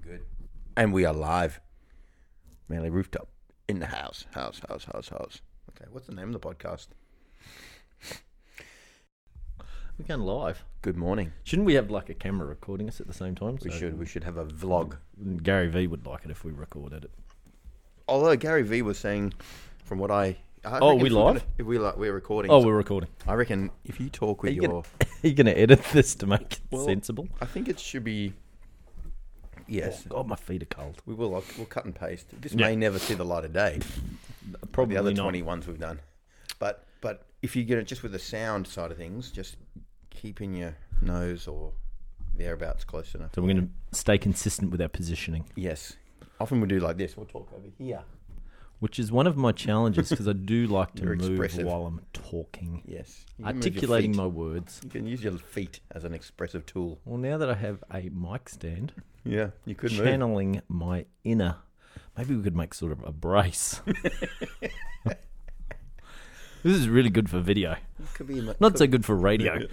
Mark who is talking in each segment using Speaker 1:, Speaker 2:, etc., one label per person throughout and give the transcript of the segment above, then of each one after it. Speaker 1: good.
Speaker 2: And we are live. Manly Rooftop in the house. House, house, house, house. Okay, what's the name of the podcast?
Speaker 1: We're going live.
Speaker 2: Good morning.
Speaker 1: Shouldn't we have like a camera recording us at the same time?
Speaker 2: We
Speaker 1: So-
Speaker 2: should we should have a vlog.
Speaker 1: Gary Vee would like it if we recorded it.
Speaker 2: Although Gary Vee was saying from what I, I reckon
Speaker 1: Oh, we
Speaker 2: if we're gonna-
Speaker 1: live?
Speaker 2: If we li- we're recording.
Speaker 1: Oh, we're recording.
Speaker 2: I reckon if you talk with
Speaker 1: Are you
Speaker 2: your
Speaker 1: gonna- Are you going to edit this to make it
Speaker 2: Well,
Speaker 1: sensible?
Speaker 2: I think it should be Yes.
Speaker 1: Oh, God, my feet are cold.
Speaker 2: We will I'll- we'll cut and paste. This
Speaker 1: Yeah.
Speaker 2: may never see the light of day.
Speaker 1: Probably
Speaker 2: the other
Speaker 1: not.
Speaker 2: twenty ones we've done. But but if you get it just with the sound side of things, just keeping your nose or thereabouts close enough.
Speaker 1: So we're going to stay consistent with our positioning,
Speaker 2: Yes. Often we do like this. We'll talk over here.
Speaker 1: which is one of my challenges because I do like to
Speaker 2: You're
Speaker 1: move
Speaker 2: expressive.
Speaker 1: while I'm talking,
Speaker 2: Yes. You can move your
Speaker 1: articulating
Speaker 2: feet.
Speaker 1: my words.
Speaker 2: You can use your feet as an expressive tool.
Speaker 1: Well, now that I have a mic stand,
Speaker 2: Yeah, you could move.
Speaker 1: channeling my inner. Maybe we could make sort of a brace. this is really good for video.
Speaker 2: Could be in-
Speaker 1: Not so good for radio.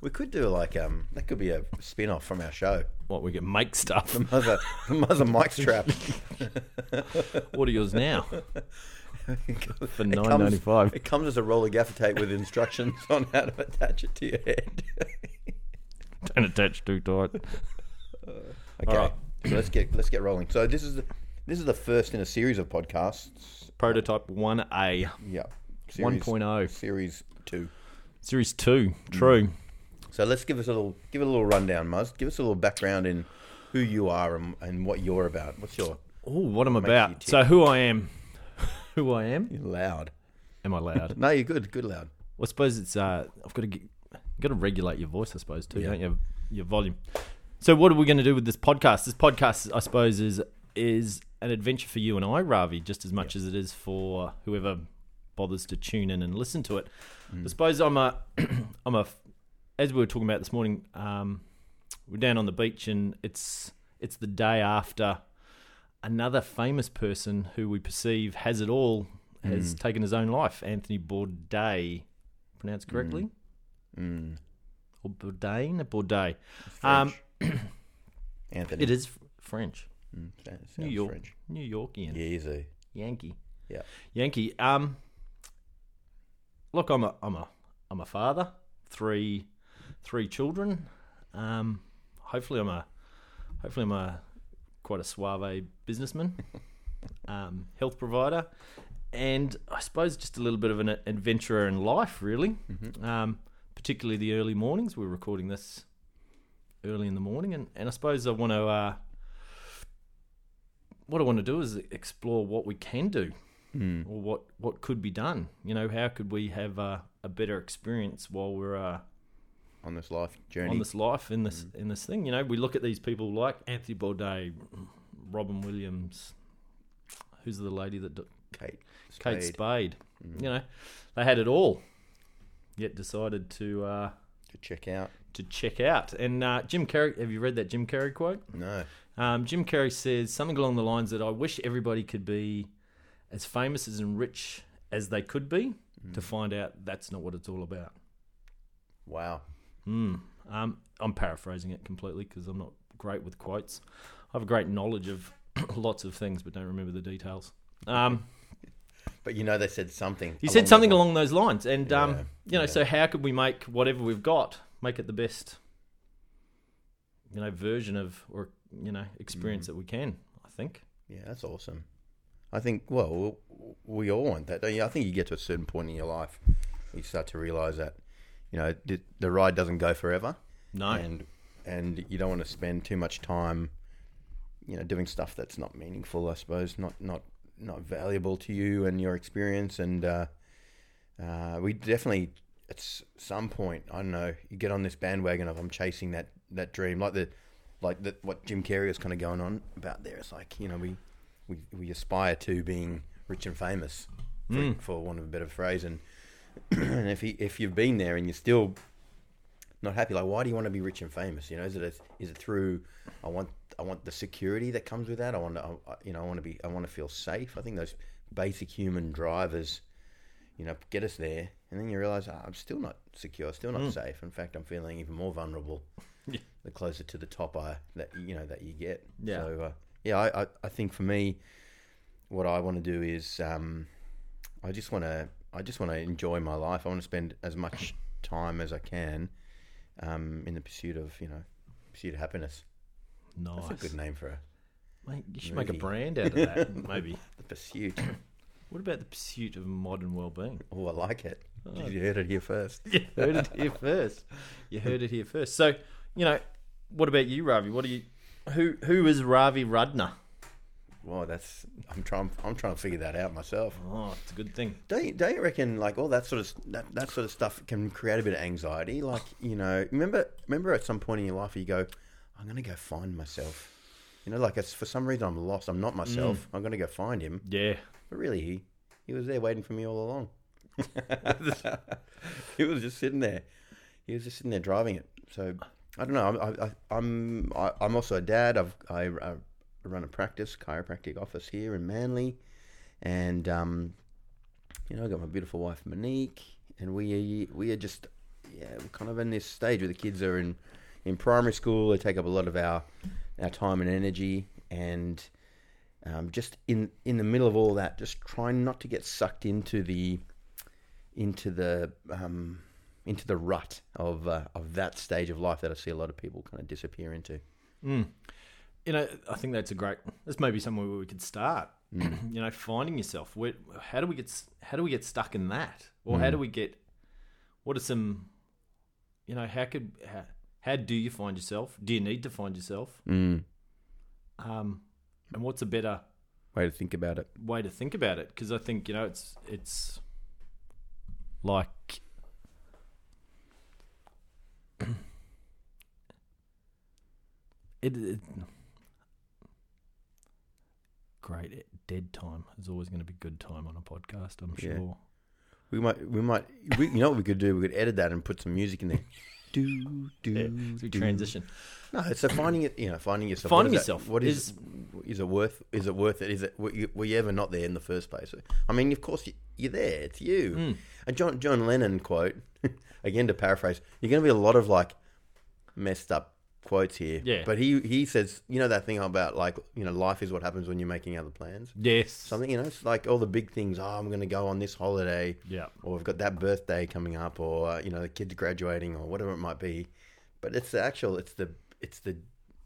Speaker 2: we could do like um that could be a spin off from our show.
Speaker 1: what we can make stuff.
Speaker 2: Mother Mother Mike's trap.
Speaker 1: What are yours now? For
Speaker 2: It comes-
Speaker 1: nine ninety five.
Speaker 2: It comes as a roll of gaffer tape with instructions on how to attach it to your head.
Speaker 1: Don't attach too tight.
Speaker 2: Okay,
Speaker 1: right.
Speaker 2: so let's get let's get rolling. So this is the, this is the first in a series of podcasts.
Speaker 1: Prototype one A.
Speaker 2: Yeah, Series-
Speaker 1: 1.0.
Speaker 2: series two.
Speaker 1: Series two. True.
Speaker 2: So let's give us a little give it a little rundown, Muzz. Give us a little background in who you are and, and what you're about. What's your
Speaker 1: Oh, what I'm
Speaker 2: you
Speaker 1: about.
Speaker 2: tick.
Speaker 1: So who I am. who I am?
Speaker 2: you're loud?
Speaker 1: Am I loud?
Speaker 2: No, you're good. Good loud.
Speaker 1: Well, I suppose it's uh, I've got to get, got to regulate your voice, I suppose, too,
Speaker 2: Yeah.
Speaker 1: don't you? Your volume. So, what are we going to do with this podcast? This podcast, I suppose, is is an adventure for you and I, Ravi, just as much as it is for whoever bothers to tune in and listen to it. I suppose I'm a, I'm a, as we were talking about this morning, um, we're down on the beach and it's it's the day after another famous person who we perceive has it all has taken his own life. Anthony Bourdain, pronounced correctly,
Speaker 2: Mm,
Speaker 1: or Bourdain, Bourdain.
Speaker 2: French.
Speaker 1: Um,
Speaker 2: Anthony.
Speaker 1: It is f- French,
Speaker 2: Mm, sa- sounds
Speaker 1: New York,
Speaker 2: French.
Speaker 1: New Yorkian,
Speaker 2: Yeah, easy.
Speaker 1: Yankee,
Speaker 2: Yeah.
Speaker 1: Yankee. Um, look, I'm a, I'm a, I'm a father, three, three children. Um, hopefully, I'm a, hopefully, I'm a quite a suave businessman, um, health provider, and I suppose just a little bit of an adventurer in life, really. Um, particularly the early mornings. We're recording this early in the morning, and, and I suppose I want to. Uh, what I want to do is explore what we can do,
Speaker 2: mm,
Speaker 1: or what what could be done. You know, how could we have uh, a better experience while we're uh,
Speaker 2: On this life journey.
Speaker 1: on this life in this in this thing. You know, we look at these people like Anthony Bourdain, Robin Williams, who's the lady that d-
Speaker 2: Kate.
Speaker 1: Kate
Speaker 2: Spade.
Speaker 1: Spade. You know, they had it all, yet decided to uh,
Speaker 2: to check out.
Speaker 1: to check out. And uh, Jim Carrey, have you read that Jim Carrey quote?
Speaker 2: No.
Speaker 1: Um, Jim Carrey says something along the lines that I wish everybody could be as famous as and rich as they could be
Speaker 2: Mm.
Speaker 1: to find out that's not what it's all about.
Speaker 2: Wow.
Speaker 1: Mm. Um, I'm paraphrasing it completely because I'm not great with quotes. I have a great knowledge of lots of things, but don't remember the details. Um,
Speaker 2: But you know they said something.
Speaker 1: you
Speaker 2: along
Speaker 1: said something
Speaker 2: those
Speaker 1: along those lines, and um,
Speaker 2: Yeah,
Speaker 1: you know,
Speaker 2: yeah.
Speaker 1: so how could we make whatever we've got make it the best, you know, version of or you know experience
Speaker 2: Mm.
Speaker 1: that we can? I think.
Speaker 2: Yeah, that's awesome. I think, well, we- we all want that, don't you? I think you get to a certain point in your life, you start to realize that, you know, the- the ride doesn't go forever,
Speaker 1: No,
Speaker 2: and and you don't want to spend too much time, you know, doing stuff that's not meaningful. I suppose not not not valuable to you and your experience. And uh, uh, we definitely at s- some point, I don't know, you get on this bandwagon of I'm chasing that that dream, like the like that what Jim Carrey is kind of going on about there. It's like you know we we we aspire to being rich and famous, for, for want of a better phrase. And and if he, if you've been there and you're still not happy, like why do you want to be rich and famous? You know, is it a, is it through I want I want the security that comes with that. I want to I, you know I want to be I want to feel safe. I think those basic human drivers you know, get us there. And then you realize, ah, I'm still not secure, still not
Speaker 1: Mm.
Speaker 2: safe. In fact, I'm feeling even more vulnerable
Speaker 1: Yeah.
Speaker 2: the closer to the top I that you know that you get.
Speaker 1: Yeah.
Speaker 2: So uh, yeah, I, I I think for me, what I want to do is um, I just want to I just want to enjoy my life. I want to spend as much time as I can um, in the pursuit of you know pursuit of happiness.
Speaker 1: Nice.
Speaker 2: That's a good name for a,
Speaker 1: Mate, you should make
Speaker 2: movie.
Speaker 1: a brand out of that, maybe.
Speaker 2: the pursuit.
Speaker 1: What about the pursuit of modern well-being?
Speaker 2: Oh, I like it.
Speaker 1: Oh.
Speaker 2: You heard it here first.
Speaker 1: You heard it here first. You heard it here first. So, you know, what about you, Ravi? What do you? Who who is Ravi Rudner?
Speaker 2: Well, that's I'm trying I'm trying to figure that out myself.
Speaker 1: Oh, it's a good thing.
Speaker 2: Don't you, don't you reckon like all that sort of that, that sort of stuff can create a bit of anxiety? Like you know, remember remember at some point in your life you go, I'm gonna go find myself. You know, like it's for some reason I'm lost. I'm not myself.
Speaker 1: Mm.
Speaker 2: I'm gonna go find him.
Speaker 1: Yeah,
Speaker 2: But really, he he was there waiting for me all along. he was just sitting there. He was just sitting there driving it. So I don't know. I'm I, I, I'm I, I'm also a dad. I've I, I run a practice chiropractic office here in Manly, and um, you know I got my beautiful wife Monique, and we we are just yeah we're kind of in this stage where the kids are in in primary school. They take up a lot of our our time and energy, and um, just in in the middle of all that, just trying not to get sucked into the into the um, into the rut of uh, of that stage of life that I see a lot of people kind of disappear into.
Speaker 1: you know, I think that's a great. This may be somewhere where we could start. you know, finding yourself. Where, how do we get? s- How do we get stuck in that? Or how do we get? What are some? You know, how could? How, how do you find yourself? Do you need to find yourself?
Speaker 2: Mm.
Speaker 1: Um, and what's a better
Speaker 2: Way to think about it.
Speaker 1: way to think about it because I think you know it's it's like it, it great dead time is always going to be good time on a podcast I'm
Speaker 2: Yeah.
Speaker 1: sure
Speaker 2: We might we might we, you know what we could do? We could edit that and put some music in there. Do do
Speaker 1: It's a
Speaker 2: do.
Speaker 1: transition
Speaker 2: No, it's so finding it. You know, finding yourself.
Speaker 1: Finding
Speaker 2: what is that-
Speaker 1: yourself
Speaker 2: what is, is it worth? Is it worth it? Is it were you, were you ever not there in the first place? I mean, of course you, you're there. It's you.
Speaker 1: Hmm.
Speaker 2: A John John Lennon quote. again, to paraphrase, you're going to be a lot of like messed up quotes here.
Speaker 1: Yeah.
Speaker 2: But he he says, you know that thing about like you know life is what happens when you're making other plans.
Speaker 1: yes
Speaker 2: Something you know, it's like all the big things. Oh, I'm going to go on this holiday
Speaker 1: yeah
Speaker 2: or I've got that birthday coming up, or uh, you know the kid's graduating, or whatever it might be. But it's the actual, it's the, it's the,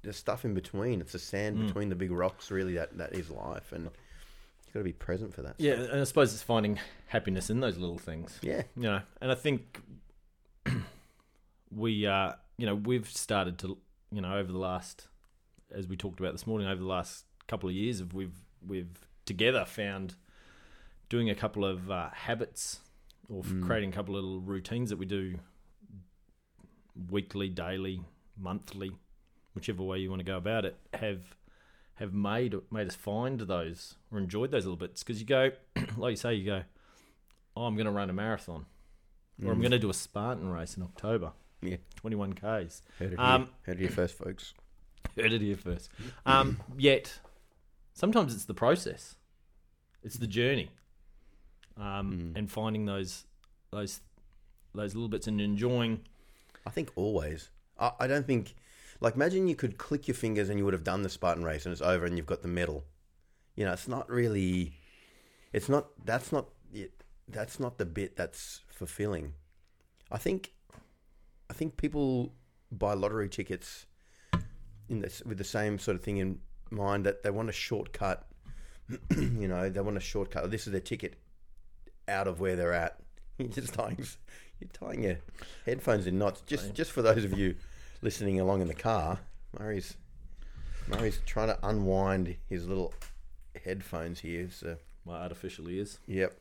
Speaker 2: the stuff in between. It's the sand
Speaker 1: Mm.
Speaker 2: between the big rocks, really. That that is life, and you've got to be present for that.
Speaker 1: yeah and I suppose it's finding happiness in those little things
Speaker 2: Yeah.
Speaker 1: you know, and I think we, uh, you know, we've started to, you know, over the last, as we talked about this morning, over the last couple of years, of we've we've together found doing a couple of uh, habits or f- creating a couple of little routines that we do weekly, daily, monthly, whichever way you want to go about it, have have made made us find those or enjoyed those little bits because you go, like you say, you go, oh, I'm going to run a marathon or I'm going to do a Spartan race in October,
Speaker 2: Mm. Yeah.
Speaker 1: 21 Ks.
Speaker 2: Heard it,
Speaker 1: Um,
Speaker 2: here. Heard it here first, folks.
Speaker 1: Heard it here first. Um, yet, sometimes it's the process, it's the journey,
Speaker 2: Mm.
Speaker 1: um, and finding those those those little bits and enjoying.
Speaker 2: I think always. I, I don't think, like, imagine you could click your fingers and you would have done the Spartan race, and it's over, and you've got the medal. You know, it's not really. It's not. That's not. It, that's not the bit that's fulfilling. I think. I think people buy lottery tickets in this with the same sort of thing in mind that they want a shortcut. you know, they want a shortcut. This is their ticket out of where they're at. You're just tying, you're tying your headphones in knots. Just, just for those of you listening along in the car, Murray's, Murray's trying to unwind his little headphones here. So,
Speaker 1: My artificial ears.
Speaker 2: yep,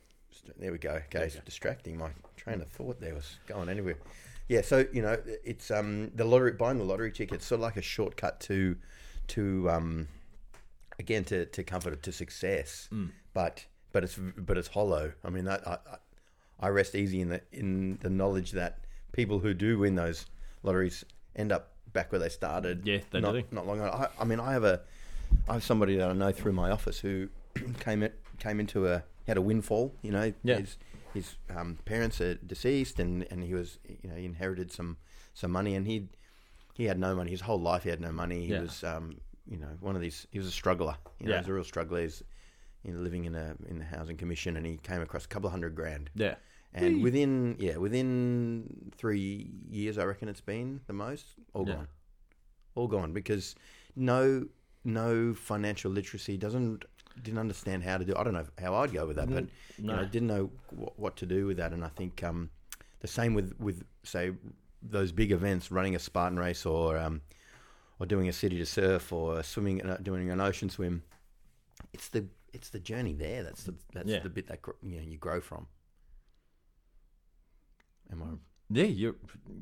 Speaker 2: there we go. Okay, it's distracting. My train of thought there was going anywhere. Yeah, so you know, it's um the lottery buying the lottery ticket. Sort of like a shortcut to, to um, again to, to comfort to success
Speaker 1: Mm.
Speaker 2: but but it's but it's hollow i mean that I, I i rest easy in the in the knowledge that people who do win those lotteries end up back where they started
Speaker 1: Yeah, they
Speaker 2: not,
Speaker 1: do.
Speaker 2: not long ago I, I mean i have a i have somebody that i know through my office who came in, came into a had a windfall you know
Speaker 1: Yeah.
Speaker 2: he's his um, parents are deceased, and, and he was you know he inherited some some money, and he he had no money. His whole life he had no money. He
Speaker 1: Yeah.
Speaker 2: was um, you know one of these. He was a struggler. You know,
Speaker 1: Yeah.
Speaker 2: he was a real struggler. He's you know, living in a in the housing commission, and he came across a couple of hundred grand.
Speaker 1: Yeah.
Speaker 2: And within yeah, within three years, I reckon it's been the most all
Speaker 1: Yeah.
Speaker 2: gone, all gone because no no financial literacy doesn't didn't understand how to do. I don't know how I'd go with that, but
Speaker 1: Mm-hmm. No.
Speaker 2: you know, didn't know what, what to do with that. And I think um, the same with with say those big events, running a Spartan race or um, or doing a city to surf or swimming uh, doing an ocean swim. It's the it's the journey there. That's the that's
Speaker 1: Yeah.
Speaker 2: the bit that gr- you know you grow from. Am I?
Speaker 1: Yeah, you're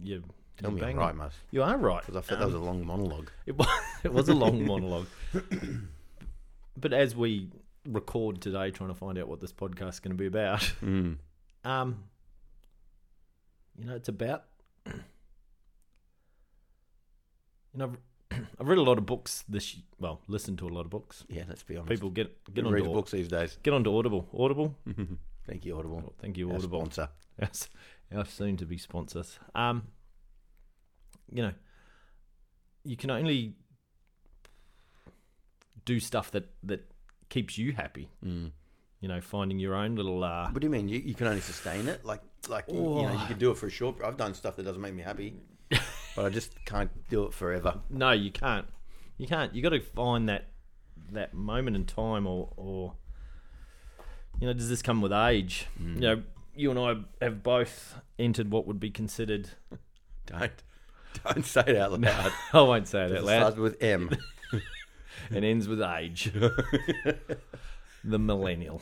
Speaker 1: you
Speaker 2: Tell
Speaker 1: you're
Speaker 2: me I'm
Speaker 1: bang
Speaker 2: right,
Speaker 1: on.
Speaker 2: Mas,
Speaker 1: You are right. Um,
Speaker 2: because I thought that was a long monologue.
Speaker 1: It was, it was a long monologue. But as we record today, trying to find out what this podcast is going to be about,
Speaker 2: Mm.
Speaker 1: um, you know, it's about. You know, I've, I've read a lot of books this. y- Well, listened to a lot of books.
Speaker 2: Yeah, let's be honest.
Speaker 1: People get get
Speaker 2: Who reads
Speaker 1: onto
Speaker 2: books these days.
Speaker 1: get onto Audible. Audible.
Speaker 2: Thank you, Audible.
Speaker 1: Oh, thank you,
Speaker 2: Our
Speaker 1: Audible.
Speaker 2: sponsor.
Speaker 1: Yes, our soon to be sponsors. Um, you know, you can only do stuff that that keeps you happy.
Speaker 2: Mm.
Speaker 1: You know, finding your own little. Uh,
Speaker 2: What do you mean? You, you can only sustain it? Like, like you- you know,
Speaker 1: Oh.
Speaker 2: you could do it for a short. I've done stuff that doesn't make me happy, but I just can't do it forever.
Speaker 1: no, you can't. You can't. You got to find that that moment in time, or or you know, does this come with age? You know, you and I have both entered what would be considered.
Speaker 2: Don't, don't say it out loud.
Speaker 1: I won't say it
Speaker 2: it
Speaker 1: out loud.
Speaker 2: starts with M.
Speaker 1: and ends with age. the millennial.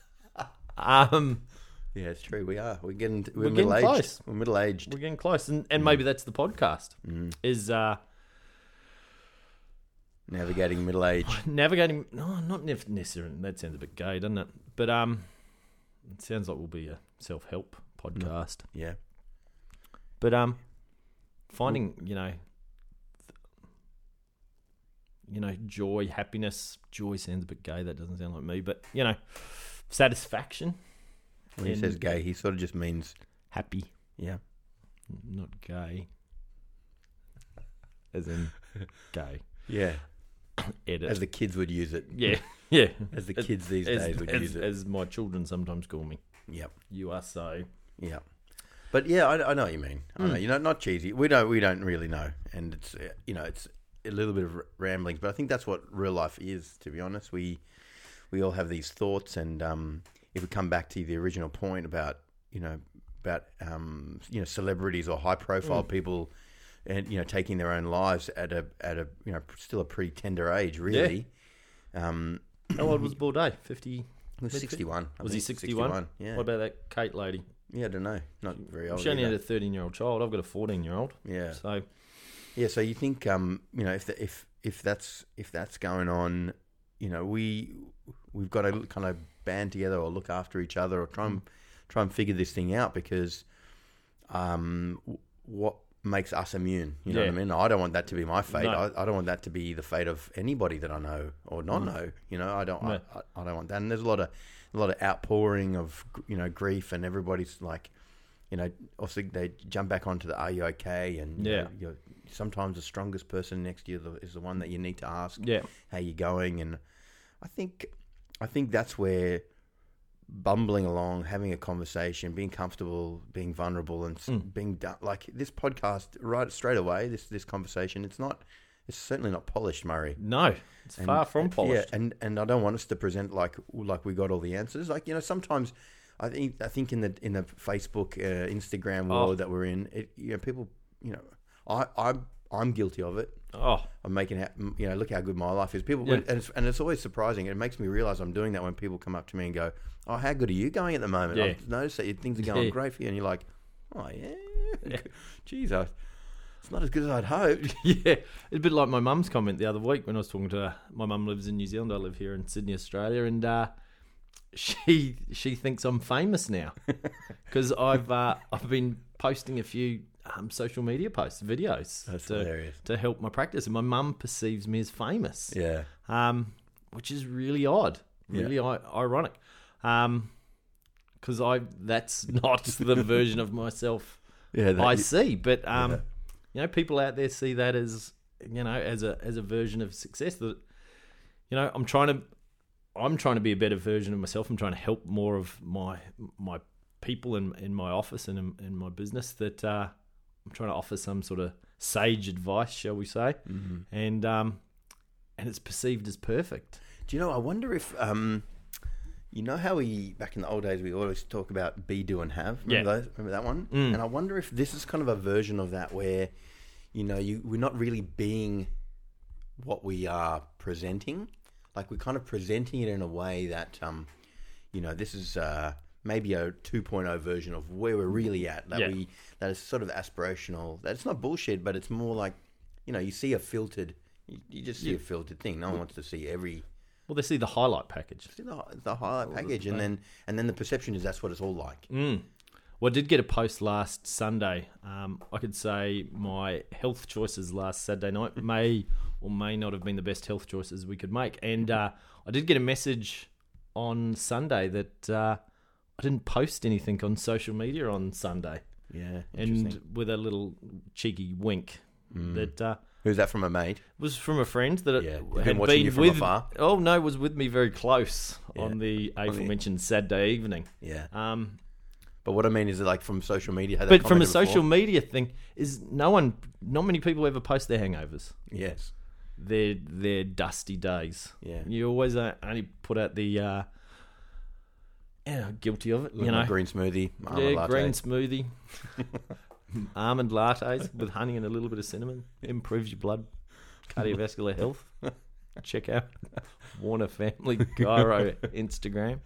Speaker 1: um,
Speaker 2: yeah, it's true. We are. We're getting. We're,
Speaker 1: We're getting
Speaker 2: middle aged.
Speaker 1: close.
Speaker 2: We're middle aged.
Speaker 1: we're getting close, and, and maybe that's the podcast is uh,
Speaker 2: Navigating middle age.
Speaker 1: navigating. No, not nef- necessarily. That sounds a bit gay, doesn't it? But um, it sounds like we'll be a self help podcast.
Speaker 2: Yeah.
Speaker 1: But um, finding you know, th- you know, joy, happiness. Joy sounds a bit gay. That doesn't sound like me, but you know, satisfaction,
Speaker 2: When he
Speaker 1: In-
Speaker 2: says gay, he sort of just means
Speaker 1: happy.
Speaker 2: yeah.
Speaker 1: not gay, as in gay.
Speaker 2: Yeah.
Speaker 1: Edit.
Speaker 2: As the kids would use it.
Speaker 1: yeah, yeah.
Speaker 2: As the
Speaker 1: As-
Speaker 2: kids these
Speaker 1: As,
Speaker 2: days would
Speaker 1: as-
Speaker 2: use it.
Speaker 1: as my children sometimes call me,
Speaker 2: Yep.
Speaker 1: you are so.
Speaker 2: Yeah, but yeah, I, I know what you mean. I know
Speaker 1: Mm.
Speaker 2: you know, not cheesy. We don't we don't really know, and it's uh, you know it's a little bit of r- ramblings, but I think that's what real life is. To be honest, we we all have these thoughts, and um, if we come back to the original point about you know about um, you know celebrities or high profile
Speaker 1: Mm.
Speaker 2: people. And you know, taking their own lives at a at a you know still a pretty tender age, really. Um,
Speaker 1: How old was Bourdais? Fifty.
Speaker 2: he was sixty one.
Speaker 1: Was he sixty-one?
Speaker 2: Yeah,
Speaker 1: What about that Kate lady?
Speaker 2: yeah. I don't know. Not very old.
Speaker 1: She only
Speaker 2: either.
Speaker 1: had a thirteen-year-old child. I've got a fourteen-year-old.
Speaker 2: yeah.
Speaker 1: So
Speaker 2: Yeah, so you think um, you know if the, if if that's if that's going on, you know we we've got to kind of band together or look after each other or try and try and figure this thing out because um, w- what makes us immune? You know
Speaker 1: Yeah.
Speaker 2: what I mean? I don't want that to be my fate.
Speaker 1: No. Mm.
Speaker 2: I, I don't want that to be the fate of anybody that I know or not know. You know, I don't.
Speaker 1: No.
Speaker 2: I, I, I don't want that. And there's a lot of a lot of outpouring of you know grief, and everybody's like, you know, also they jump back onto the "Are you okay?" and you
Speaker 1: Yeah.
Speaker 2: know, you're, sometimes the strongest person next to you the- is the one that you need to ask
Speaker 1: yeah,
Speaker 2: how you going and i think i think that's where bumbling along having a conversation being comfortable being vulnerable and s being done like this podcast right straight away this this conversation it's not it's certainly not polished murray
Speaker 1: no, it's
Speaker 2: And- uh,
Speaker 1: far from polished.
Speaker 2: yeah, and and I don't want us to present like like we got all the answers. Like you know, sometimes I think I think in the in the Facebook uh, Instagram
Speaker 1: Oh.
Speaker 2: world that we're in, it, you know, people, you know, I I'm I'm guilty of it.
Speaker 1: Oh,
Speaker 2: I'm making it, you know, look how good my life is. People,
Speaker 1: Yeah.
Speaker 2: and, it's, and it's always surprising. It makes me realize I'm doing that when people come up to me and go, "Oh, how good are you going at the moment?"
Speaker 1: Yeah.
Speaker 2: I've noticed that your things are going
Speaker 1: Yeah.
Speaker 2: great for you, and you're like, "Oh yeah, jeez, I, it's not as good as I'd hoped."
Speaker 1: Yeah, it's a bit like my mum's comment the other week when I was talking to her. My mum lives in New Zealand. I live here in Sydney, Australia, and uh, she she thinks I'm famous now because I've uh, I've been posting a few um, social media posts, videos
Speaker 2: That's
Speaker 1: to,
Speaker 2: hilarious.
Speaker 1: to help my practice, and my mum perceives me as famous,
Speaker 2: Yeah,
Speaker 1: um, which is really odd, really I- ironic. Um, because I that's not the version of myself
Speaker 2: Yeah,
Speaker 1: I see. But um,
Speaker 2: Yeah.
Speaker 1: you know, people out there see that as you know as a as a version of success that you know I'm trying to I'm trying to be a better version of myself. I'm trying to help more of my my people in in my office and in, in my business that uh, I'm trying to offer some sort of sage advice, shall we say?
Speaker 2: Mhm.
Speaker 1: And um, and it's perceived as perfect.
Speaker 2: Do you know? I wonder if um, you know how we back in the old days we always talk about be do and have. Remember
Speaker 1: Yeah.
Speaker 2: those? Remember that one?
Speaker 1: Mm.
Speaker 2: And I wonder if this is kind of a version of that where you know you we're not really being what we are presenting. Like we're kind of presenting it in a way that um, you know this is uh, maybe a 2.0 version of where we're really at. That
Speaker 1: Yeah.
Speaker 2: we that is sort of aspirational. That's not bullshit, but it's more like you know you see a filtered. You, you just see a filtered thing. No one wants to see every
Speaker 1: Well, they see the highlight package.
Speaker 2: see the, the highlight package, and then and then the perception is that's what it's all like.
Speaker 1: Mm. Well, I did get a post last Sunday. Um, I could say my health choices last Saturday night may or may not have been the best health choices we could make. And uh, I did get a message on Sunday that uh, I didn't post anything on social media on Sunday.
Speaker 2: Yeah,
Speaker 1: And with a little cheeky wink that uh,
Speaker 2: who's that from a mate?
Speaker 1: was from a friend that
Speaker 2: Hmm. Yeah,
Speaker 1: had
Speaker 2: been
Speaker 1: been,
Speaker 2: watching you from
Speaker 1: with.
Speaker 2: afar.
Speaker 1: Oh, no, was with me very close
Speaker 2: Yeah.
Speaker 1: on the aforementioned Saturday evening.
Speaker 2: Yeah,
Speaker 1: Um,
Speaker 2: but what I mean is like from social media. had that
Speaker 1: but from a
Speaker 2: comment
Speaker 1: social
Speaker 2: before?
Speaker 1: media thing is no one not many people ever post their hangovers
Speaker 2: yes,
Speaker 1: their their dusty days
Speaker 2: Yeah.
Speaker 1: you always uh, only put out the uh yeah guilty of it you
Speaker 2: Like my
Speaker 1: know
Speaker 2: green smoothie, my
Speaker 1: yeah,
Speaker 2: latte.
Speaker 1: green smoothie almond lattes with honey and a little bit of cinnamon improves your blood cardiovascular health check out warner family gyro instagram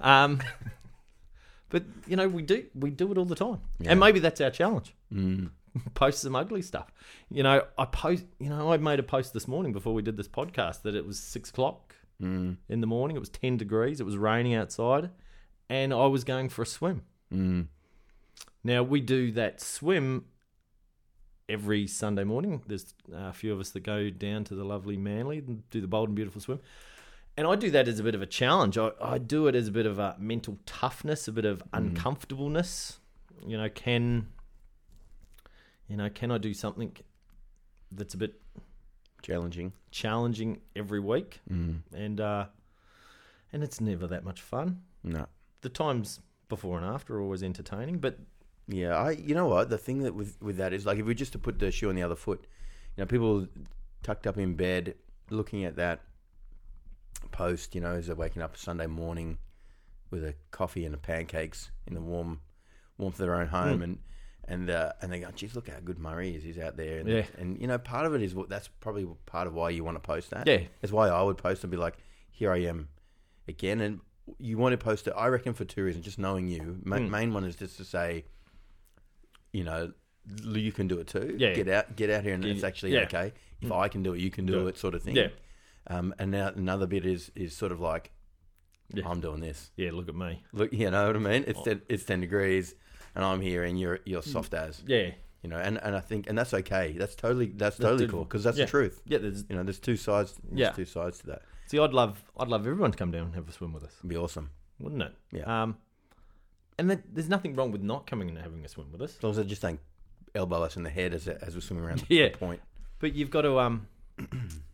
Speaker 1: um but you know we do we do it all the time
Speaker 2: Yeah.
Speaker 1: and maybe that's our challenge
Speaker 2: Mm.
Speaker 1: post some ugly stuff. You know, I post. You know, I made a post this morning before we did this podcast that it was six o'clock
Speaker 2: Mm.
Speaker 1: in the morning. It was ten degrees. It was raining outside, and I was going for a swim.
Speaker 2: Mm.
Speaker 1: Now we do that swim every Sunday morning. There's uh, a few of us that go down to the lovely Manly and do the bold and beautiful swim. And I do that as a bit of a challenge. I, I do it as a bit of a mental toughness, a bit of uncomfortableness. You know, can you know, can I do something that's a bit
Speaker 2: Challenging.
Speaker 1: challenging every week?
Speaker 2: Mm.
Speaker 1: And uh and it's never that much fun.
Speaker 2: No.
Speaker 1: The times before and after are always entertaining, but
Speaker 2: Yeah, I. You know what? The thing that with with that is like if we just to put the shoe on the other foot, you know, people tucked up in bed looking at that post. You know, as they're waking up Sunday morning with a coffee and a pancakes in the warm warmth of their own home, and and uh, and they go, "Geez, look how good Murray is. He's out there." And,
Speaker 1: Yeah.
Speaker 2: and you know, part of it is what that's probably part of why you want to post that.
Speaker 1: Yeah.
Speaker 2: it's why I would post and be like, "Here I am again," and you want to post it. I reckon for two reasons. Just knowing you, Ma-
Speaker 1: Hmm.
Speaker 2: main one is just to say, you know, l- you can do it too.
Speaker 1: Yeah.
Speaker 2: get out, get out here, and
Speaker 1: Get-
Speaker 2: it's actually
Speaker 1: yeah. Hmm.
Speaker 2: okay. If I can do it, you can do,
Speaker 1: Do
Speaker 2: it.
Speaker 1: it.
Speaker 2: sort of thing.
Speaker 1: Yeah.
Speaker 2: Um, and now another bit is is sort of like,
Speaker 1: Yeah. Oh.
Speaker 2: I'm doing this.
Speaker 1: yeah, look at me.
Speaker 2: Look, you know what I mean? It's ten, it's ten degrees, and I'm here, and you're you're
Speaker 1: Hmm.
Speaker 2: soft as
Speaker 1: Yeah.
Speaker 2: you know. And and I think and that's okay. That's totally that's totally
Speaker 1: do-
Speaker 2: cool because that's
Speaker 1: yeah.
Speaker 2: the truth.
Speaker 1: Yeah, there's,
Speaker 2: You know, there's two sides. There's
Speaker 1: Yeah.
Speaker 2: two sides to that.
Speaker 1: see, I'd love, I'd love everyone to come down and have a swim with us,
Speaker 2: It'd be awesome.
Speaker 1: wouldn't it?
Speaker 2: Yeah.
Speaker 1: Um, and then there's nothing wrong with not coming and having a swim with us,
Speaker 2: As long as they just don't elbow us in the head as as we're swimming around the
Speaker 1: Yeah.
Speaker 2: point.
Speaker 1: but you've got to, um,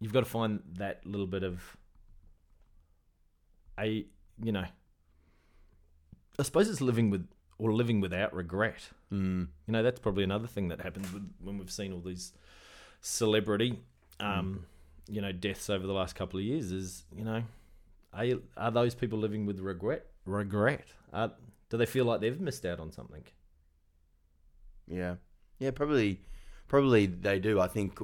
Speaker 1: you've got to find that little bit of a, you know, I suppose it's living with or living without regret.
Speaker 2: Mm.
Speaker 1: You know, that's probably another thing that happens with, when we've seen all these celebrity, um, you know, deaths over the last couple of years. Is you know, are you- are those people living with regret? Regret? Uh, do they feel like they've missed out on something?
Speaker 2: Yeah, yeah, probably, probably they do. I think.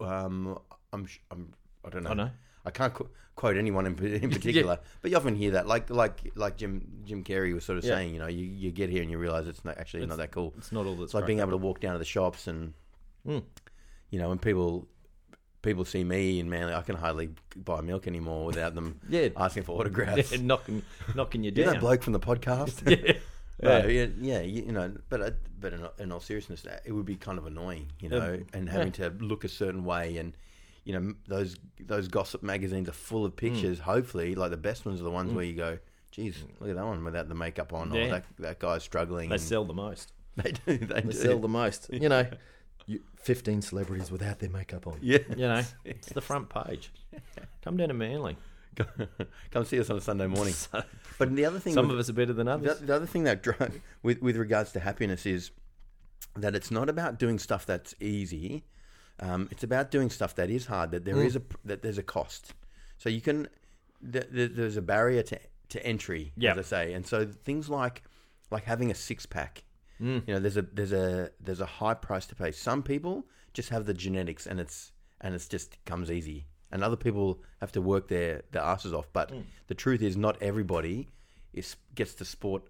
Speaker 2: Um, I'm, sh- I'm, I don't know.
Speaker 1: I know.
Speaker 2: I can't qu- quote anyone in, p- in particular, but you often hear that, like, like, like Jim Jim Carrey was sort of
Speaker 1: Yeah.
Speaker 2: saying, you know, you, you get here and you realize it's not actually not that cool.
Speaker 1: It's not all that's
Speaker 2: It's like being able to walk down to the shops and,
Speaker 1: Mm.
Speaker 2: you know, when people people see me in Manly, I can hardly buy milk anymore without them
Speaker 1: Yeah.
Speaker 2: asking for
Speaker 1: yeah,
Speaker 2: autographs.
Speaker 1: knocking knocking you
Speaker 2: You're
Speaker 1: down.
Speaker 2: that bloke from the podcast.
Speaker 1: yeah.
Speaker 2: No, yeah, yeah, you, you know, but I, but in, all- in all seriousness, uh, it would be kind of annoying, you know, and having to look a certain way, and you know,
Speaker 1: Hmm.
Speaker 2: m- those those gossip magazines are full of pictures. Hopefully, like the best ones are the ones where you go, geez, look at that one without the makeup on.
Speaker 1: Yeah.
Speaker 2: Or that that guy's struggling.
Speaker 1: They
Speaker 2: and-
Speaker 1: sell the most.
Speaker 2: They do. They,
Speaker 3: They
Speaker 2: do.
Speaker 3: sell the most. You know, you, 15 celebrities without their makeup on.
Speaker 2: Yeah.
Speaker 1: You know, it's the front page. Come down to Manly.
Speaker 2: Come see us on a Sunday morning. But the other thing,
Speaker 1: Some
Speaker 2: with-
Speaker 1: of us are better than
Speaker 2: the,
Speaker 1: others.
Speaker 2: the other thing that dri with with regards to happiness is that it's not about doing stuff that's easy. Um, it's about doing stuff that is hard. That there is a that there's a cost. So you can th- th- there's a barrier to to entry,
Speaker 1: Yeah.
Speaker 2: as I say, and so things like like having a six pack. You know, there's a there's a there's a high price to pay. Some people just have the genetics, and it's and it's just comes easy. And other people have to work their their asses off. But the truth is, not everybody is gets to sport,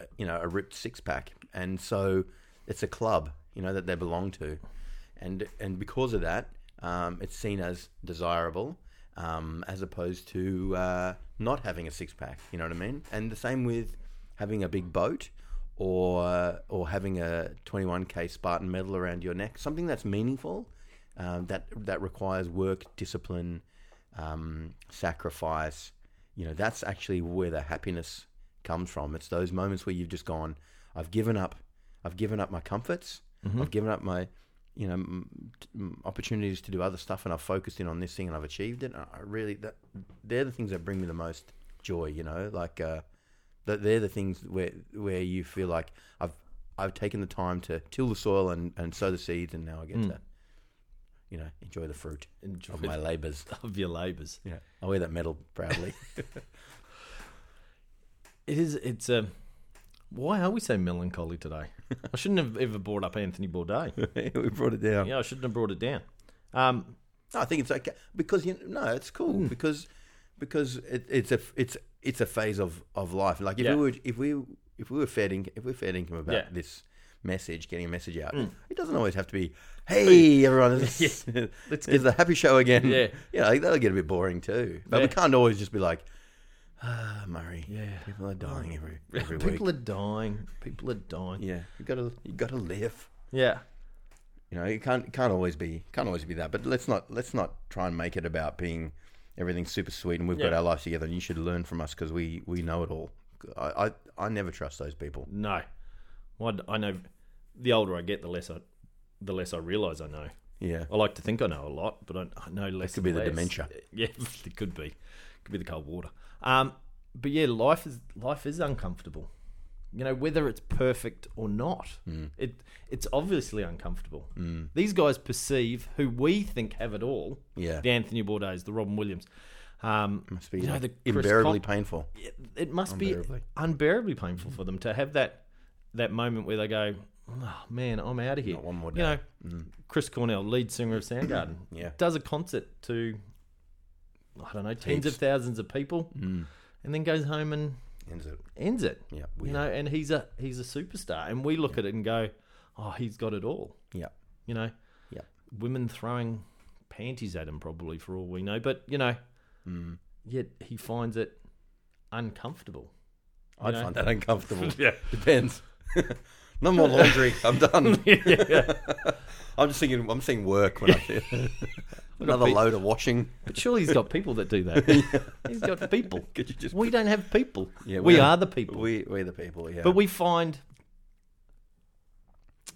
Speaker 2: uh, you know, a ripped six pack. And so it's a club, you know, that they belong to, and and because of that, um, it's seen as desirable. Um, as opposed to uh, not having a six pack, you know what I mean. And the same with having a big boat or or having a 21k Spartan medal around your neck, something that's meaningful, um, that that requires work, discipline, um, sacrifice. You know, that's actually where the happiness comes from. It's those moments where you've just gone, I've given up, I've given up my comforts, I've given up my you know m- t- m- opportunities to do other stuff and i've focused in on this thing and i've achieved it i I really that they're the things that bring me the most joy you know like uh that they're the things where where you feel like I've I've taken the time to till the soil and, and sow the seeds, and now I get to, you know, enjoy Mm. the fruit
Speaker 1: Enjoy
Speaker 2: of my labours.
Speaker 1: of your labours.
Speaker 2: Yeah, I wear that medal proudly.
Speaker 1: It is. It's a. Why are we so melancholy today? I shouldn't have ever brought up Anthony Bourdain.
Speaker 2: we brought it down.
Speaker 1: Yeah, I shouldn't have brought it down. Um,
Speaker 2: No, I think it's okay because you no, it's cool
Speaker 1: Hmm.
Speaker 2: because because it, it's a it's it's a phase of, of life. Like if
Speaker 1: Yeah.
Speaker 2: we were if we if we were fed in, if we're fed income about
Speaker 1: Yeah. Hmm.
Speaker 2: this message, getting a message out, it doesn't always have to be hey everyone, this is, it's the happy show again.
Speaker 1: Yeah.
Speaker 2: you know, like, that'll get a bit boring too. But
Speaker 1: Yeah.
Speaker 2: we can't always just be like. Ah, Murray.
Speaker 1: Yeah.
Speaker 2: people are dying every every week.
Speaker 1: people are dying. People are dying.
Speaker 2: yeah, you gotta you gotta live.
Speaker 1: Yeah.
Speaker 2: You know, it can't can't always be can't always be that. But let's not let's not try and make it about being everything super sweet and we've got
Speaker 1: Yeah.
Speaker 2: our lives together. And you should learn from us because we we know it all. I, I I never trust those people.
Speaker 1: No. Why d- I know. The older I get, the less I, the less I realise I know.
Speaker 2: Yeah,
Speaker 1: I like to think I know a lot, but I, I know less.
Speaker 2: could be
Speaker 1: and
Speaker 2: the
Speaker 1: less.
Speaker 2: dementia.
Speaker 1: Yeah, it could be. Could be the cold water. Um, but yeah, life is life is uncomfortable. You know, whether it's perfect or not,
Speaker 2: Hmm.
Speaker 1: it it's obviously uncomfortable. Mm. These guys perceive who we think have it all.
Speaker 2: Yeah.
Speaker 1: the Anthony Bourdains, the Robin Williams. Um,
Speaker 2: must be
Speaker 1: you know, the Chris
Speaker 2: invariably
Speaker 1: Con-
Speaker 2: painful.
Speaker 1: it, it must
Speaker 2: Unbearably.
Speaker 1: be unbearably painful for them to have that that moment where they go, "Oh man, I'm out of here."
Speaker 2: Not one more Hmm.
Speaker 1: You know, Chris Cornell, lead singer of Soundgarden,
Speaker 2: Yeah.
Speaker 1: does a concert to I don't know tens of
Speaker 2: Heaps.
Speaker 1: thousands of people, and then goes home and
Speaker 2: Hmm. Ends it.
Speaker 1: ends it.
Speaker 2: Yeah,
Speaker 1: you
Speaker 2: weird.
Speaker 1: know, and he's a he's a superstar, and we look at it and go, "Oh, he's got it all."
Speaker 2: Yeah,
Speaker 1: You know,
Speaker 2: yeah,
Speaker 1: women throwing panties at him probably for all we know, but you know,
Speaker 2: Hmm.
Speaker 1: yet he finds it uncomfortable.
Speaker 2: I'd
Speaker 1: know?
Speaker 2: find that uncomfortable.
Speaker 1: Yeah.
Speaker 2: depends. no more laundry. I'm done.
Speaker 1: yeah.
Speaker 2: I'm just thinking. I'm seeing work when I see another
Speaker 1: big-
Speaker 2: load of washing.
Speaker 1: But surely he's got people that do that. He's got people.
Speaker 2: Could you just?
Speaker 1: We don't have people.
Speaker 2: Yeah,
Speaker 1: we,
Speaker 2: we
Speaker 1: are
Speaker 2: don't-
Speaker 1: the people.
Speaker 2: We we the people. Yeah,
Speaker 1: but we find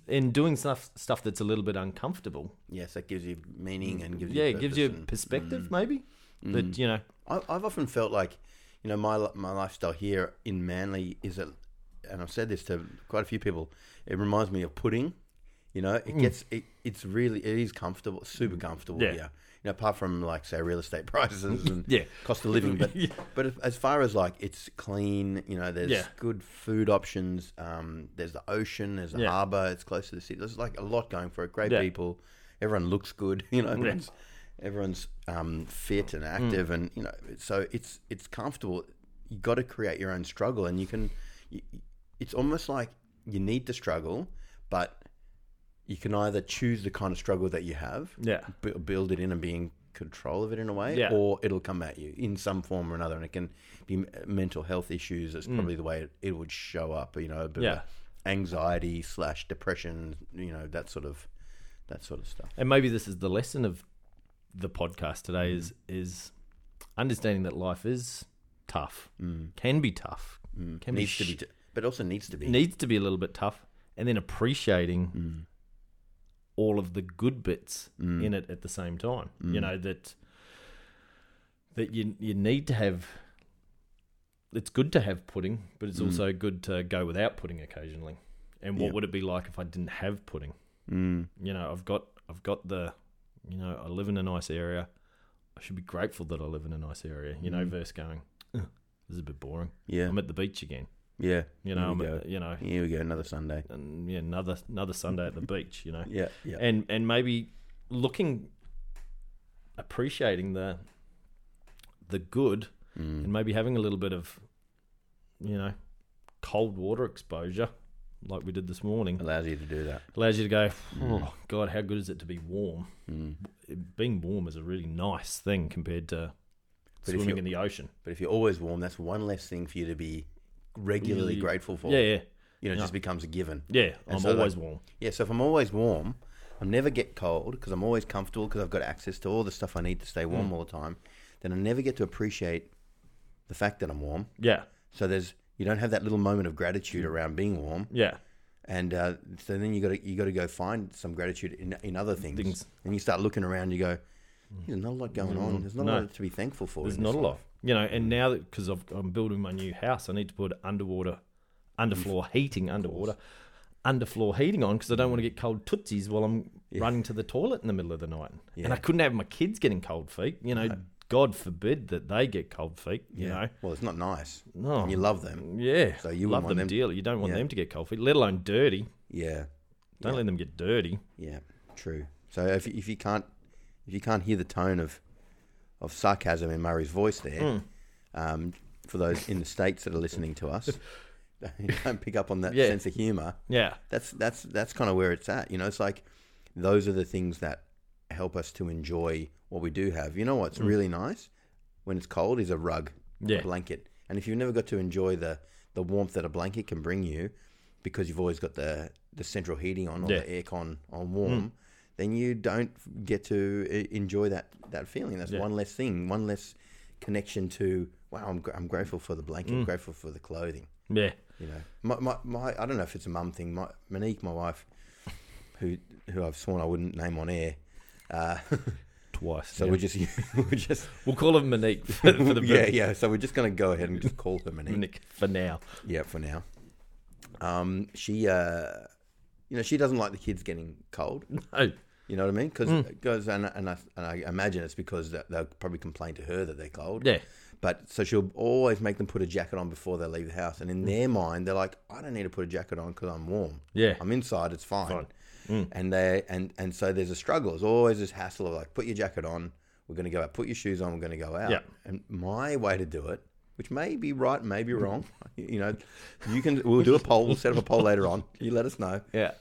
Speaker 1: in doing stuff stuff that's a little bit uncomfortable.
Speaker 2: yes, that gives you meaning and gives
Speaker 1: Yeah,
Speaker 2: you
Speaker 1: it
Speaker 2: purpose
Speaker 1: gives you
Speaker 2: and- Mm.
Speaker 1: perspective maybe. That you know,
Speaker 2: I, I've often felt like, you know, my li- my lifestyle here in Manly is a, and I've said this to quite a few people. It reminds me of pudding. You know, it gets it, it's really it is comfortable, super comfortable.
Speaker 1: Mm. Yeah.
Speaker 2: Yeah. You know, apart from like say real estate prices and
Speaker 1: Yeah.
Speaker 2: cost of living, but but as far as like it's clean, you know, there's
Speaker 1: Yeah.
Speaker 2: good food options. Um, there's the ocean, there's the
Speaker 1: Yeah.
Speaker 2: harbour. It's close to the city. There's like a lot going for it. Great
Speaker 1: Yeah.
Speaker 2: people. Everyone looks good. You know, everyone's, everyone's um, fit and
Speaker 1: Mm.
Speaker 2: active, and you know, so it's it's comfortable. You got to create your own struggle, and you can. You, it's almost like you need to struggle, but you can either choose the kind of struggle that you have,
Speaker 1: Yeah.
Speaker 2: bu- build it in and be in control of it in a way,
Speaker 1: Yeah.
Speaker 2: or it'll come at you in some form or another, and it can be m- mental health issues. That's probably the way it, it would show up. You know, a bit of
Speaker 1: Mm. Yeah.
Speaker 2: anxiety slash depression. You know, that sort of that sort of stuff.
Speaker 1: and maybe this is the lesson of the podcast today is is understanding that life is tough.
Speaker 2: Mm.
Speaker 1: Can be tough.
Speaker 2: Mm.
Speaker 1: Can be
Speaker 2: needs to
Speaker 1: sh-
Speaker 2: be, t- but also needs to be.
Speaker 1: Needs to be a little bit tough, and then appreciating
Speaker 2: Mm.
Speaker 1: all of the good bits
Speaker 2: Mm.
Speaker 1: in it at the same time. You
Speaker 2: Mm.
Speaker 1: know that that you you need to have. It's good to have pudding, but it's
Speaker 2: Mm.
Speaker 1: also good to go without pudding occasionally. And what
Speaker 2: Yeah.
Speaker 1: would it be like if I didn't have pudding?
Speaker 2: Mm.
Speaker 1: You know, I've got I've got the, you know, I live in a nice area. I should be grateful that I live in a nice area. You know,
Speaker 2: Mm.
Speaker 1: versus going, "Ugh, this is a bit boring.
Speaker 2: Yeah,
Speaker 1: I'm at the beach again.
Speaker 2: yeah.
Speaker 1: You know, I'm
Speaker 2: There we
Speaker 1: at, you know,
Speaker 2: Here we go, another Sunday.
Speaker 1: and yeah, another another Sunday at the beach. You know,
Speaker 2: Yeah, yeah.
Speaker 1: and and maybe looking appreciating the the good
Speaker 2: Mm.
Speaker 1: and maybe having a little bit of you know cold water exposure like we did this morning
Speaker 2: Allows you to do that.
Speaker 1: allows you to go
Speaker 2: Mm.
Speaker 1: oh god how good is it to be warm
Speaker 2: Mm.
Speaker 1: being warm is a really nice thing compared to
Speaker 2: But if
Speaker 1: swimming
Speaker 2: you-
Speaker 1: in the ocean
Speaker 2: But if you're always warm, that's one less thing for you to be regularly
Speaker 1: Really-
Speaker 2: grateful for.
Speaker 1: yeah yeah
Speaker 2: You know, it
Speaker 1: Yeah.
Speaker 2: just becomes a given.
Speaker 1: yeah
Speaker 2: And
Speaker 1: i'm
Speaker 2: so, like-
Speaker 1: always warm
Speaker 2: Yeah, so if I'm always warm, I never get cold because I'm always comfortable because I've got access to all the stuff I need to stay
Speaker 1: Mm.
Speaker 2: warm all the time, then I never get to appreciate the fact that I'm warm.
Speaker 1: yeah
Speaker 2: So there's you don't have that little moment of gratitude
Speaker 1: Mm.
Speaker 2: around being warm,
Speaker 1: yeah
Speaker 2: and uh, so then you got to you got to go find some gratitude in, in other things.
Speaker 1: Things.
Speaker 2: and you start looking around. You go, there's not a lot going on. There's not a
Speaker 1: No.
Speaker 2: lot to be thankful for.
Speaker 1: There's
Speaker 2: in
Speaker 1: not
Speaker 2: this
Speaker 1: a lot,
Speaker 2: life."
Speaker 1: you know. And now that because I'm building my new house, I need to put underwater, underfloor heating, underwater, underfloor heating on because I don't want to get cold tootsies while I'm running to the toilet in the middle of the night. And
Speaker 2: Yeah.
Speaker 1: I couldn't have my kids getting cold feet. You know, God forbid that they get cold feet. You
Speaker 2: Well, it's not nice.
Speaker 1: know,
Speaker 2: And you
Speaker 1: no,
Speaker 2: love them.
Speaker 1: yeah.
Speaker 2: So you wouldn't
Speaker 1: love
Speaker 2: want
Speaker 1: them
Speaker 2: them-
Speaker 1: dearly. You don't want
Speaker 2: Yeah.
Speaker 1: them to get cold feet, let alone dirty.
Speaker 2: Yeah.
Speaker 1: Don't let them get dirty.
Speaker 2: Yeah, true. So if you- if you can't if you can't hear the tone of of sarcasm in Murray's voice there,
Speaker 1: Hmm.
Speaker 2: um, for those in the states that are listening to us, don't pick up on that
Speaker 1: Yeah.
Speaker 2: sense of humor.
Speaker 1: Yeah,
Speaker 2: That's that's that's kind of where it's at. You know, it's like those are the things that help us to enjoy what we do have. You know what's really nice when it's cold is a rug,
Speaker 1: Mm. Yeah.
Speaker 2: a blanket. And if you've never got to enjoy the the warmth that a blanket can bring you, because you've always got the the central heating on or
Speaker 1: Yeah. Mm.
Speaker 2: the aircon on warm, then you don't get to e- enjoy that that feeling. That's
Speaker 1: Yeah.
Speaker 2: one less thing, one less connection to. Wow, I'm gr- I'm grateful for the blanket,
Speaker 1: Mm.
Speaker 2: grateful for the clothing
Speaker 1: yeah,
Speaker 2: you know, my, my, my I don't know if it's a mum thing. My Monique, my wife, who who I've sworn I wouldn't name on air. Uh,
Speaker 1: twice.
Speaker 2: so
Speaker 1: yeah.
Speaker 2: we're just we're just
Speaker 1: we'll call him Monique for, for the
Speaker 2: yeah yeah. So we're just gonna go ahead and just call her Monique.
Speaker 1: Monique for now.
Speaker 2: Yeah, for now. Um, she uh, you know, she doesn't like the kids getting cold.
Speaker 1: No,
Speaker 2: You know what I mean? Because
Speaker 1: Hmm.
Speaker 2: and I- and I, and I imagine it's because they- they'll probably complain to her that they're cold.
Speaker 1: yeah,
Speaker 2: But so she'll always make them put a jacket on before they leave the house,
Speaker 1: Hmm.
Speaker 2: and in their mind, they're like, "I don't need to put a jacket on because I'm warm.
Speaker 1: Yeah.
Speaker 2: I'm inside. It's fine." Mm.
Speaker 1: Fine.
Speaker 2: And they and and so there's a struggle. There's always this hassle of like, "Put your jacket on. We're going to go out. Put your shoes on. We're going to go out."
Speaker 1: Yeah.
Speaker 2: And my way to do it, which may be right, may be wrong, you know, you can. We'll do a poll. We'll set up a poll later on. You let us know
Speaker 1: yeah,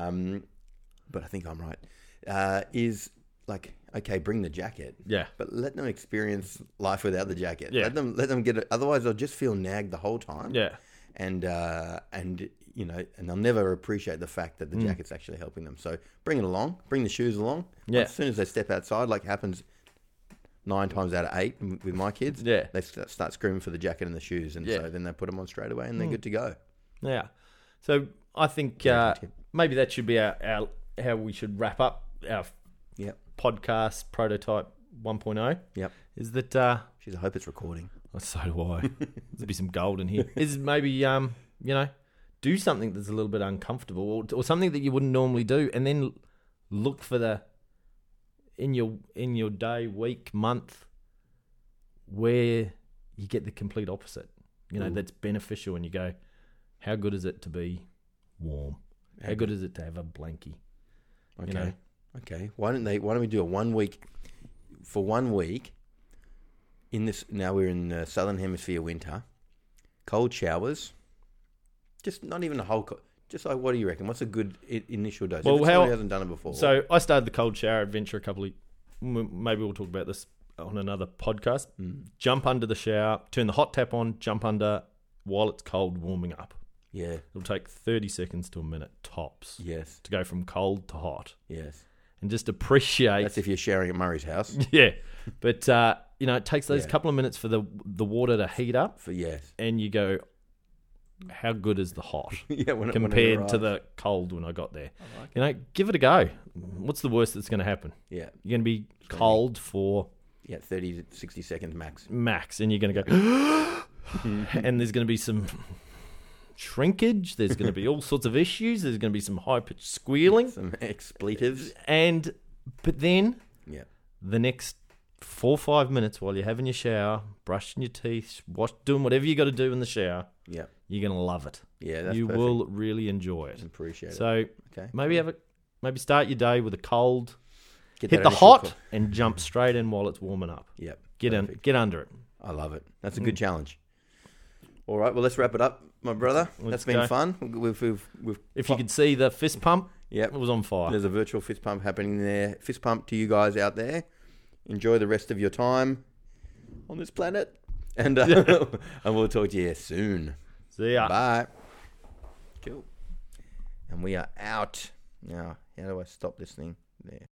Speaker 2: um, but I think I'm right, uh, is like, okay, bring the jacket.
Speaker 1: Yeah.
Speaker 2: But let them experience life without the jacket.
Speaker 1: Yeah.
Speaker 2: Let them let them get it. Otherwise, they'll just feel nagged the whole time.
Speaker 1: yeah.
Speaker 2: And uh, and you know, and they'll never appreciate the fact
Speaker 1: Mm.
Speaker 2: that the jacket's actually helping them. So bring it along. Bring the shoes along.
Speaker 1: Yeah.
Speaker 2: As soon as they step outside, like happens. Nine times out of eight with my kids,
Speaker 1: Yeah.
Speaker 2: they st- start screaming for the jacket and the shoes, and
Speaker 1: Yeah. Mm.
Speaker 2: so then they put them on straight away, and they're good to go.
Speaker 1: Yeah. So I think uh, maybe that should be our, our how we should wrap up our
Speaker 2: Yep,
Speaker 1: podcast prototype 1.0
Speaker 2: yep.
Speaker 1: is that uh
Speaker 2: She's. I hope it's recording.
Speaker 1: oh, so do I. There'll be some gold in here. Is maybe um you know do something that's a little bit uncomfortable or, or something that you wouldn't normally do and then look for the in your in your day, week, month where you get the complete opposite. You know, that's beneficial and you go how good is it to be warm? How good is it to have a blankie?
Speaker 2: Okay.
Speaker 1: You know?
Speaker 2: Okay. Why don't they? Why don't we do a one week for one week? In this now we're in the southern hemisphere winter, cold showers. Just not even a whole. Co- just like what do you reckon? What's a good I- initial dose?
Speaker 1: Well,
Speaker 2: if it's
Speaker 1: how-
Speaker 2: somebody who hasn't done it before.
Speaker 1: So I started the cold shower adventure a couple of. m- Maybe we'll talk about this on another podcast.
Speaker 2: Hmm.
Speaker 1: Jump under the shower, turn the hot tap on, jump under while it's cold, warming up.
Speaker 2: yeah.
Speaker 1: It'll take thirty seconds to a minute tops
Speaker 2: Yes.
Speaker 1: to go from cold to hot,
Speaker 2: Yes.
Speaker 1: and just appreciate.
Speaker 2: That's if you're showering at Murray's house.
Speaker 1: yeah, but uh, You know, it takes those
Speaker 2: Yeah.
Speaker 1: couple of minutes for the the water to heat up,
Speaker 2: For yes.
Speaker 1: and you go, how good is the hot
Speaker 2: yeah, when it- when it
Speaker 1: compared to
Speaker 2: arrives.
Speaker 1: the cold when I got there? You know, give it a go. What's the worst that's going to happen?
Speaker 2: yeah,
Speaker 1: You're going to be cold for
Speaker 2: yeah, 30 to 60 seconds max.
Speaker 1: max, and you're going to go, and there's going to be some shrinkage. There's going to be all sorts of issues. There's going to be some high pitched squealing,
Speaker 2: Some expletives.
Speaker 1: and but then
Speaker 2: Yeah,
Speaker 1: the next four or five minutes while you're having your shower, brushing your teeth, wash, doing whatever you got to do in the shower,
Speaker 2: yeah,
Speaker 1: you're gonna love it.
Speaker 2: yeah. That's
Speaker 1: you
Speaker 2: perfect.
Speaker 1: will really enjoy it.
Speaker 2: appreciate it.
Speaker 1: So
Speaker 2: Okay,
Speaker 1: maybe have a maybe start your day with a cold,
Speaker 2: Get
Speaker 1: hit
Speaker 2: that
Speaker 1: the
Speaker 2: initial
Speaker 1: hot,
Speaker 2: call.
Speaker 1: and jump straight in while it's warming up.
Speaker 2: Yep.
Speaker 1: Get in,
Speaker 2: Perfect.
Speaker 1: get under it.
Speaker 2: I love it. That's a
Speaker 1: Mm.
Speaker 2: good challenge. All right, well, let's wrap it up, my brother.
Speaker 1: Let's
Speaker 2: That's been
Speaker 1: go.
Speaker 2: fun. We've, we've, we've,
Speaker 1: If you could see the fist pump,
Speaker 2: yep.
Speaker 1: it was on fire.
Speaker 2: There's a virtual fist pump happening there. Fist pump to you guys out there. Enjoy the rest of your time on this planet. And, uh, and we'll talk to you soon.
Speaker 1: See ya.
Speaker 2: Bye. Cool. And we are out. Now, how do I stop this thing? There.